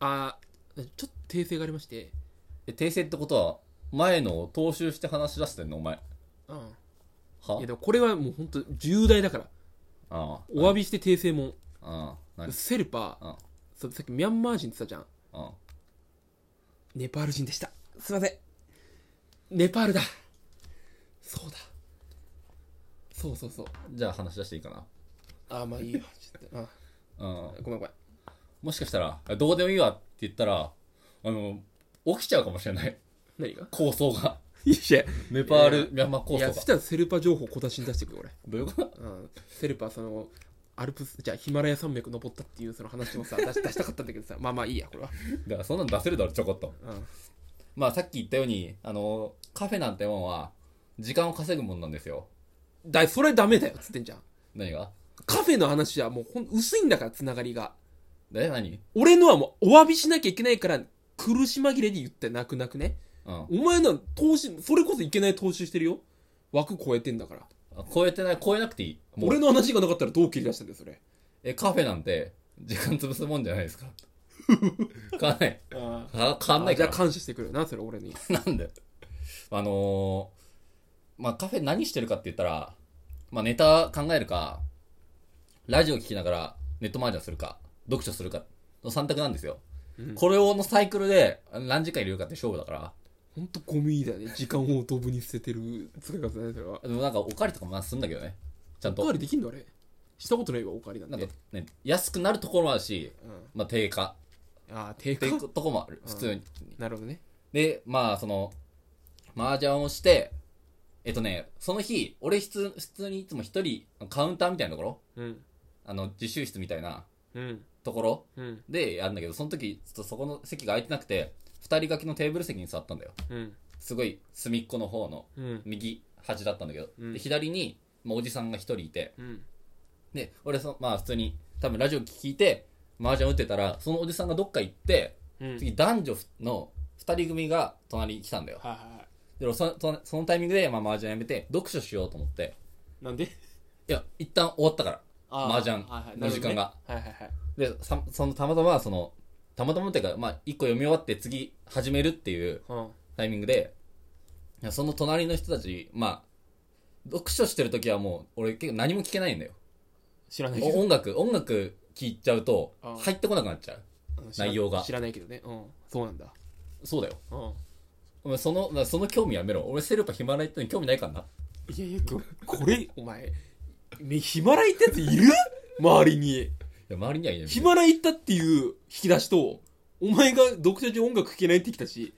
あーちょっと訂正がありましてえ、訂正ってことは、前のを踏襲して話し出してんのお前。うんいやはでもこれはもう本当重大だからあお詫びして訂正もあ、ああ、何セルパうんそうさっきミャンマー人って言ったじゃんあネパール人でしたすいませんネパールだそうだそうそうそうじゃあ話し出していいかな。あーまあいいよちょっとあうん。ごめんごめんもしかしたら、どうでもいいわって言ったら、あの、起きちゃうかもしれない。何が構想が。いいしネパール、いやミャンマー構い想やがそ。したらセルパ情報小出しに出してくよ俺どういうことうん、セルパそのアルプスじゃあヒマラヤ山脈登ったっていうその話もさ出し出したかったんだけどさまあまあいいやこれは、だからそんなの出せるだろ、ちょこっと。うん、まあさっき言ったように、あの、カフェなんてもんは、時間を稼ぐもんなんですよ。だそれダメだよっつってんじゃん何がカフェの話はもうほん薄いんだからつながりがえ、何俺のはもうお詫びしなきゃいけないから苦し紛れに言って泣く泣くねうん。お前の投資それこそいけない投資してるよ枠超えてんだから超えてない、超えなくていい。もう俺の話がなかったらどう切り出したんだよそれえ、カフェなんて、時間潰すもんじゃないで すか。変わんない。あは変わんないじかゃあら。感謝してくれよなそれ俺になんであのーまあカフェ何してるかって言ったら、まあネタ考えるか、ラジオ聞きながらネットマージャンするか、読書するか、の3択なんですよ。うんこれをのサイクルで何時間いれるかって勝負だから。ほんとゴミだね時間をドブに捨ててる使い方だねそれはでもなんかおかわりとかもするんだけどね。ちゃんおかわと。りできんのあれしたことないわおかわりなんてなんかね、安くなるところもあるし、うんまあ低下。ああ低って下いうとこもある。うん普通に。なるほどねで、まあ、その、麻雀をして、えっとね、その日、俺普通、普通にいつも一人、カウンターみたいなところうんあの、自習室みたいなうんところうんでやるんだけど、その時、ちょっとそこの席が空いてなくて、二人掛けのテーブル席に座ったんだよ。うんすごい、隅っこの方の、うん右端だったんだけど、うんで左に、まあおじさんが一人いて、うんで、俺その、まあ普通に、多分ラジオ聞いて、麻雀打ってたら、そのおじさんがどっか行って、うん次男女の二人組が隣に来たんだよ。はいはいはでそのそのそのタイミングで、まあ、麻雀やめて読書しようと思っていなんでいや一旦終わったからあー麻雀はいはいの時間がなるほどねはいはいはいでさそのたまたまそのたまたまっていうか、まあ、一個読み終わって次始めるっていううんタイミングでいやその隣の人たちまあ読書してる時はもう俺結構何も聞けないんだよ知らないけおど音楽音楽聞いちゃうとあ入ってこなくなっちゃううん知ら内容が知らないけどねうんそうなんだそうだようんお前そのだからその興味やめろ俺セルパヒマラヤってのに興味ないからないやいやここれお前 めヒマラヤってやついる周りにいや周りにはいないヒマラヤ行ったっていう引き出しとお前が読者中音楽聴けないってきたし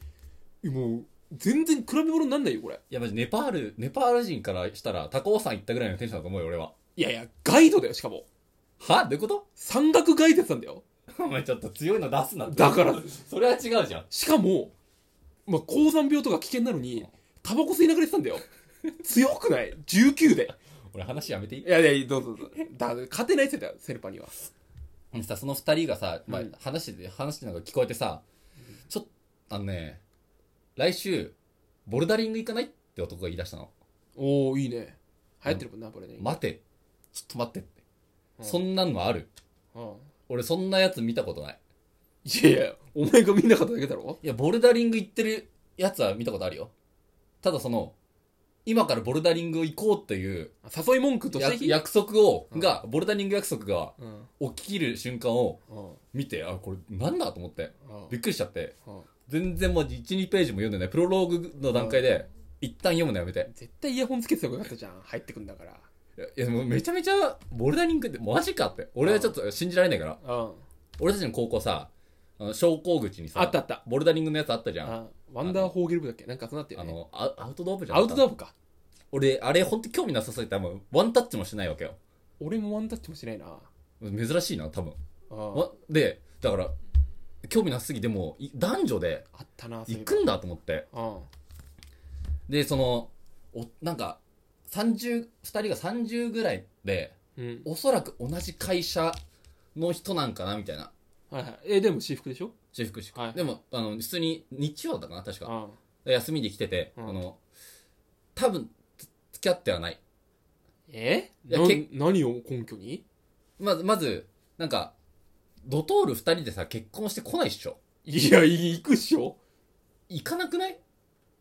もう全然比べ物になんないよこれいやマジネパールネパール人からしたら高尾山行ったぐらいのテンションだと思うよ俺はいやいやガイドだよしかもはどういうこと山岳ガイドさんだよお前ちょっと強いの出すなってだからそれは違うじゃんしかも、まあ、高山病とか危険なのにタバコ吸いながらやってたんだよ強くない19で俺話やめていいいやいやどうぞどうぞだ勝てないっすよセルパにはでさその二人がさ、まあうん、話してて話してなんか聞こえてさちょっとあのね来週ボルダリング行かないって男が言い出したのおおいいね流行ってるもんなこれね、待てちょっと待ってって、うんそんなんのあるうん、俺そんなやつ見たことないいやいやお前が見なかっただけだろいやボルダリング行ってるやつは見たことあるよただその今からボルダリング行こうっていう誘い文句とやして約束を、うんが、ボルダリング約束がうん起きる瞬間をうん見て、あ、これなんだと思って、うんびっくりしちゃって、うん全然もう1、2ページも読んでない、プロローグの段階で、一旦読むのやめて。絶対イヤホンつけてた方がよかったじゃん入ってくんだからいや、いやもうめちゃめちゃ、ボルダリングってマジかって。俺はちょっと信じられないから。うん俺たちの高校さ、あの昇降口にさ、あったあったボルダリングのやつあったじゃん。ああワンダーホーゲル部だっけなんかそうなってよねの、アアウトドア部じゃん。アウトドア部か俺、あれほんと興味なさすぎて、もうワンタッチもしないわけよ。俺もワンタッチもしないな珍しいな、多分。うんわで、だから、興味なさすぎて、もうい男女で、あったなそうい行えくんだと思ってばうんでそのおなんか32人が30ぐらいでうん、おそらく同じ会社の人なんかなみたいなはいはい、えでも私服でしょ私服私服、はいでもあの普通に日曜だったかな確かあ休みで来てて、うんあの多分つ付き合ってはないえいやなけ何を根拠にまずまずなんかドトール二人でさ、結婚して来ないっしょいや、行くっしょ行かなくない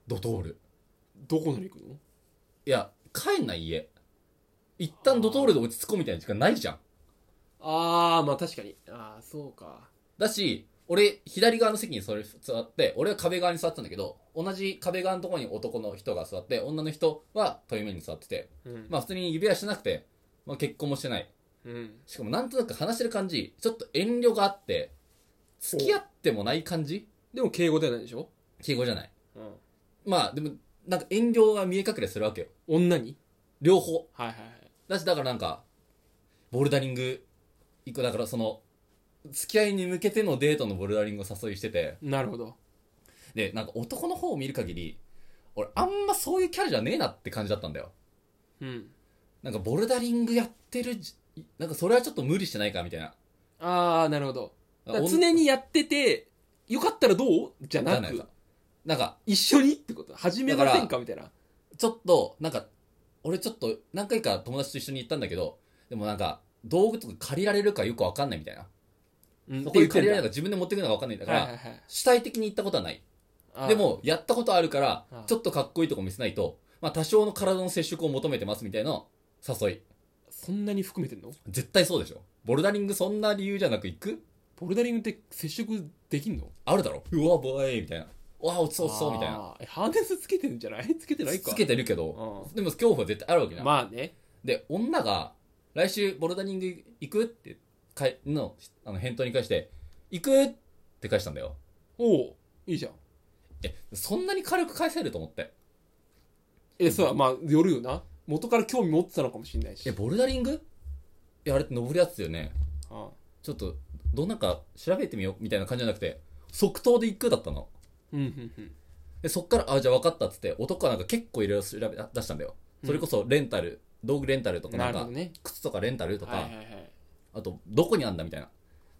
ドトール。どこなに行くのいや、帰んない家。一旦ドトールで落ち着こうみたいな時間ないじゃん。あー、まあ確かに。あー、そうか。だし、俺、左側の席にそれ座って、俺は壁側に座ってたんだけど、同じ壁側のところに男の人が座って、女の人は対面に座ってて、うん。まあ普通に指輪してなくて、まあ結婚もしてない。うん。しかもなんとなく話してる感じ、ちょっと遠慮があって、付き合ってもない感じでも敬語ではないでしょ敬語じゃない。うん。まあでも、なんか遠慮が見え隠れするわけよ。女に両方。はいはいはい。だし、だからなんか、ボルダリング、一個だからその、付き合いに向けてのデートのボルダリングを誘いしてて、なるほど。で、なんか男の方を見る限り、俺あんまそういうキャラじゃねえなって感じだったんだよ。うん。なんかボルダリングやってるじ、なんかそれはちょっと無理してないかみたいな。あー、なるほど。だからおん常にやってて、よかったらどうじゃなじゃないくか、なんか、一緒にってこと始めませんかみたいな。ちょっと、なんか、俺ちょっと何回か友達と一緒に行ったんだけど、でもなんか、道具とか借りられるかよくわかんないみたいな。うんそこで借りられるかっ自分で持ってくのかわかんないんだてか言ってんだら、主体的に行ったことはない。はいはいはい。あーで、も、やったことあるからああ、ちょっとかっこいいとこ見せないと、まあ多少の体の接触を求めてますみたいな誘い。そんなに含めてんの絶対そうでしょ。ボルダリングそんな理由じゃなく行くボルダリングって接触できんのあるだろうわ、ボーイみたいな。うわ、落ちそう落ちそうみたいな。な。えハーネスつけてんじゃない つけてないか。つけてるけうど、ん。でも恐怖は絶対あるわけじゃん。まあね。で、女が、来週ボルダリング行くって、かいの、あの、返答に返して、行くって返したんだよ。おういいじゃん。え、そんなに軽く返せると思って。え、そうだ、まあ、よるよな。元から興味持ってたのかもしれないし。え、ボルダリングいや、あれって登るやつだよね。あちょっと、どんなんか調べてみようみたいな感じじゃなくて、即答で行くだったの。うん、うん、うん。で、そっから、あ、じゃあ分かったっつって、男はなんか結構いろいろ調べ出したんだよ。それこそ、レンタル、道具レンタルとか、ななんるほかど、ね。靴とかレンタルとはいかはい、はい。あと、どこにあんだみたいな。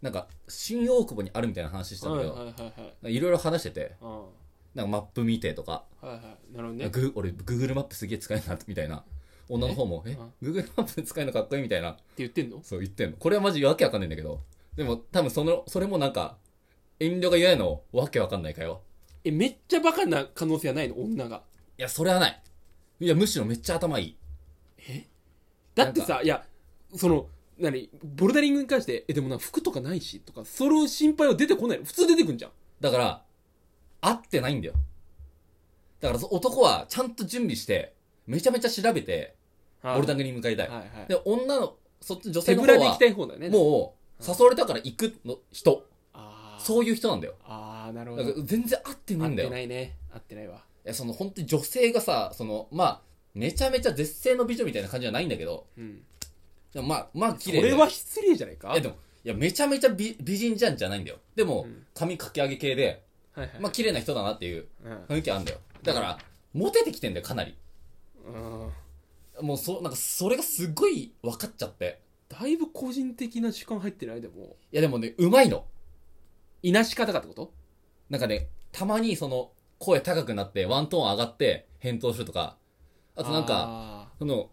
なんか、新大久保にあるみたいな話してたんだはいけはいど、はいはい。いろいろ話してて、うん。はなんかマップ見てとか、いはい。なるほどね。グ俺、Google マップすげえ使えるな、みたいな。女の方も、えうん ?Google マップ使えるのかっこいいみたいな。って言ってんのそう言ってんの。これはマジわけわかんないんだけど。でも、多分その、それもなんか、遠慮が嫌いの、わけわかんないかよ。え、めっちゃバカな可能性はないの女が。いや、それはない。いや、むしろめっちゃ頭いい。だってさ、いや、その、何ボルダリングに関して、え、でもな、服とかないし、とか、それを心配は出てこないの普通出てくんじゃん。だから、合ってないんだよ。だから、そ男はちゃんと準備して、めちゃめちゃ調べて、ボルダンリングに向かいたい。はいはい。で、女の、そっち女手性のぶ方らで行きはた、い方だね。う。もう、誘われたから行くの人。あーそういう人なんだよ。あー、なるほだど。から全然合ってな合いんってだよ。ないね。合ってないわ。いやその本当に女性がさ、その、まあ、めちゃめちゃ絶世の美女みたいな感じじゃないんだけど、うん。でもまあ、まあ綺こ麗でれは失礼じゃないかいやでも、いやめちゃめちゃ美美人じゃんじゃないんだよ。でも、うん髪かき上げ系で、はいはい。まあ綺麗な人だなっていううん雰囲気あるんだよ。だから、モテてきてんだよ、かなり。うんもうそ、なんかそれがすごい分かっちゃって。だいぶ個人的な主観入ってないでも、いやでもね、うまいの。いなし方がってことなんかね、たまにその、声高くなって、ワントーン上がって、返答するとか、あとなんか、か、その、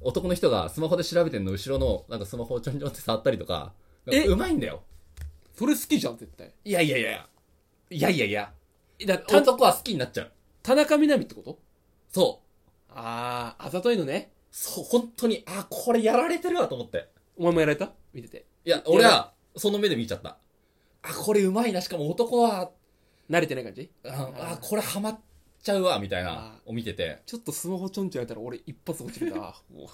男の人がスマホで調べてんの後ろの、なんかスマホをちょんちょんって触ったりとか、えうまいんだよ。それ好きじゃん、絶対。いやいやいや。いやいやいや。えだた男は好きになっちゃう。田中みな実ってことそう。ああ、あざといのね。そう、本当に、あ、これやられてるわと思って。お前もやられた見てて。いや、俺は、その目で見ちゃった。あ、これうまいな。しかも男は、慣れてない感じあ、あこれハマっちゃうわ、みたいなあ、を見てて。ちょっとスマホちょんちょんやったら俺一発落ちるな。も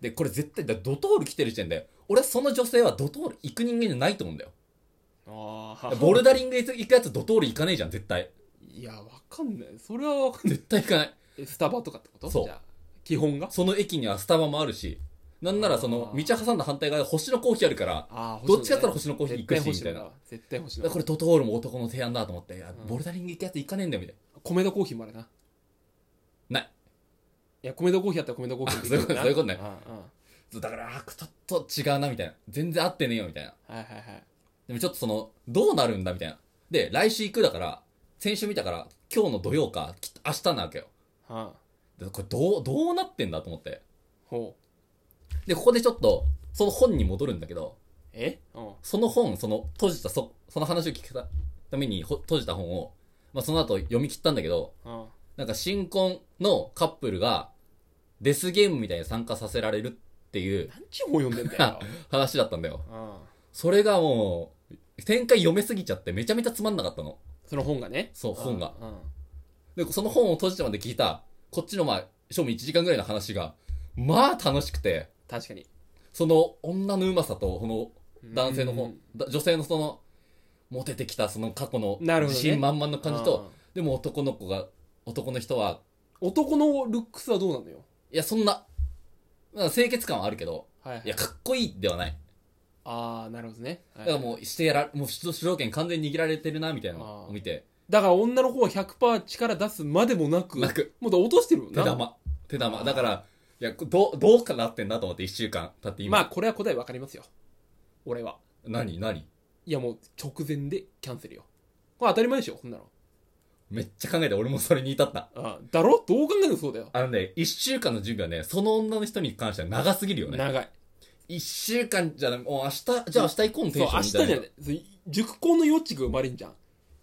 で、これ絶対、だドトール来てる時点で、俺はその女性はドトール行く人間じゃないと思うんだよ。うああボルダリング行くやつドトール行かねえじゃん、絶対。いや、わかんない。それはわかんない絶対行かない。 え。スタバとかってことそうじゃあ基本がその駅にはスタバもあるし、なんならそのあー道挟んだ反対側で星のコーヒーあるから、ああ、どっちかって言ったら星のコーヒー行くし絶対星野だみたいわ絶対星だ野だからこれトトールも男の提案だと思って、いやうんボルダリング行くやつ行かねえんだよみたい米田コーヒーもあるな。な。ない。いや、米田コーヒーあったら米田コーヒーであそういうことねうんうん。そうだから、あーちょっと違うなみたいな。全然合ってねえよみたいな。はいはいはい。でもちょっとその、どうなるんだみたいな。で、来週行くだから、先週見たから、今日の土曜か、きっと明日なわけよ。はあ、でこれどう、どうなってんだと思って。ほで、ここでちょっと、その本に戻るんだけど、えうん。その本、その閉じた、そ、その話を聞くたためにほ閉じた本を、まあその後読み切ったんだけど、うん。なんか新婚のカップルがデスゲームみたいに参加させられるっていう何ちゅう本読んでんだよ。話だったんだよ。うん。それがもう、展開読めすぎちゃってめちゃめちゃつまんなかったの。その本がね。そう、本が。うん。で、その本を閉じてまで聞いた、こっちのまあ、正味1時間ぐらいの話が、まあ楽しくて、確かに。その女のうまさと、この男性のう本ん、だ女性のその、モテてきたその過去のなるほ自どね信満々の感じと、うんでも男の子が、男の人は、男のルックスはどうなのよ。いや、そんな、まあ清潔感はあるけど、はいはいいや、かっこいいではない。ああ、なるほどね。はだいからもう、してやら、もう主導権完全に握られてるな、みたいなのあをー見て、だから女の方は100%力出すまでもなく、なくもうだから落としてるもん手な。玉、手あ玉。ーだから、いや、どう、どうかなってんなと思って1週間経って今、まあ、これは答えわかりますよ。俺は。何、何いや、もう直前でキャンセルよ。これ当たり前でしょ、こんなの。めっちゃ考えて、俺もそれに至った。ああだろどう考えてもそうだよ。あのね、1週間の準備はね、その女の人に関しては長すぎるよね。長い。一週間じゃない、もう明日、じゃあ明日行こうそう、のテンショ明ン日みじたゃいな。ない。そう熟考の余地が生まれんじゃん。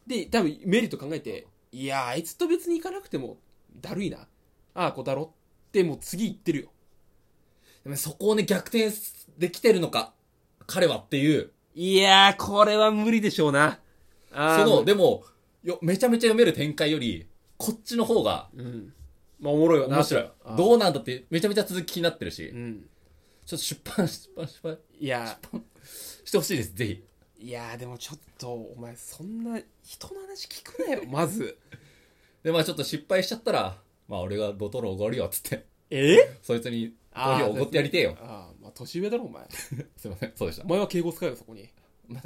で、多分メリット考えて、いやー、あいつと別に行かなくても、だるいな。ああ、こうだろって、もう次行ってるよ。でもそこをね、逆転できてるのか、彼はっていう。いやー、これは無理でしょうな。あそあ。の、でも、よ、めちゃめちゃ読める展開より、こっちの方がうん。まあ、おもろいわな。面白いあ。あどうなんだって、めちゃめちゃ続き気になってるし、うちょん。っと出版、出版、出版いやしてほしいです、ぜひ。いやーでもちょっとお前そんな人の話聞くなよまずで、まあちょっと失敗しちゃったら、まあ俺がボトルおごるよ、つって。えそいつに、コあーあヒーおごってやりてえよ。ああまあ年上だろお前すいません、そうでしたお。前は敬語使えよそこにま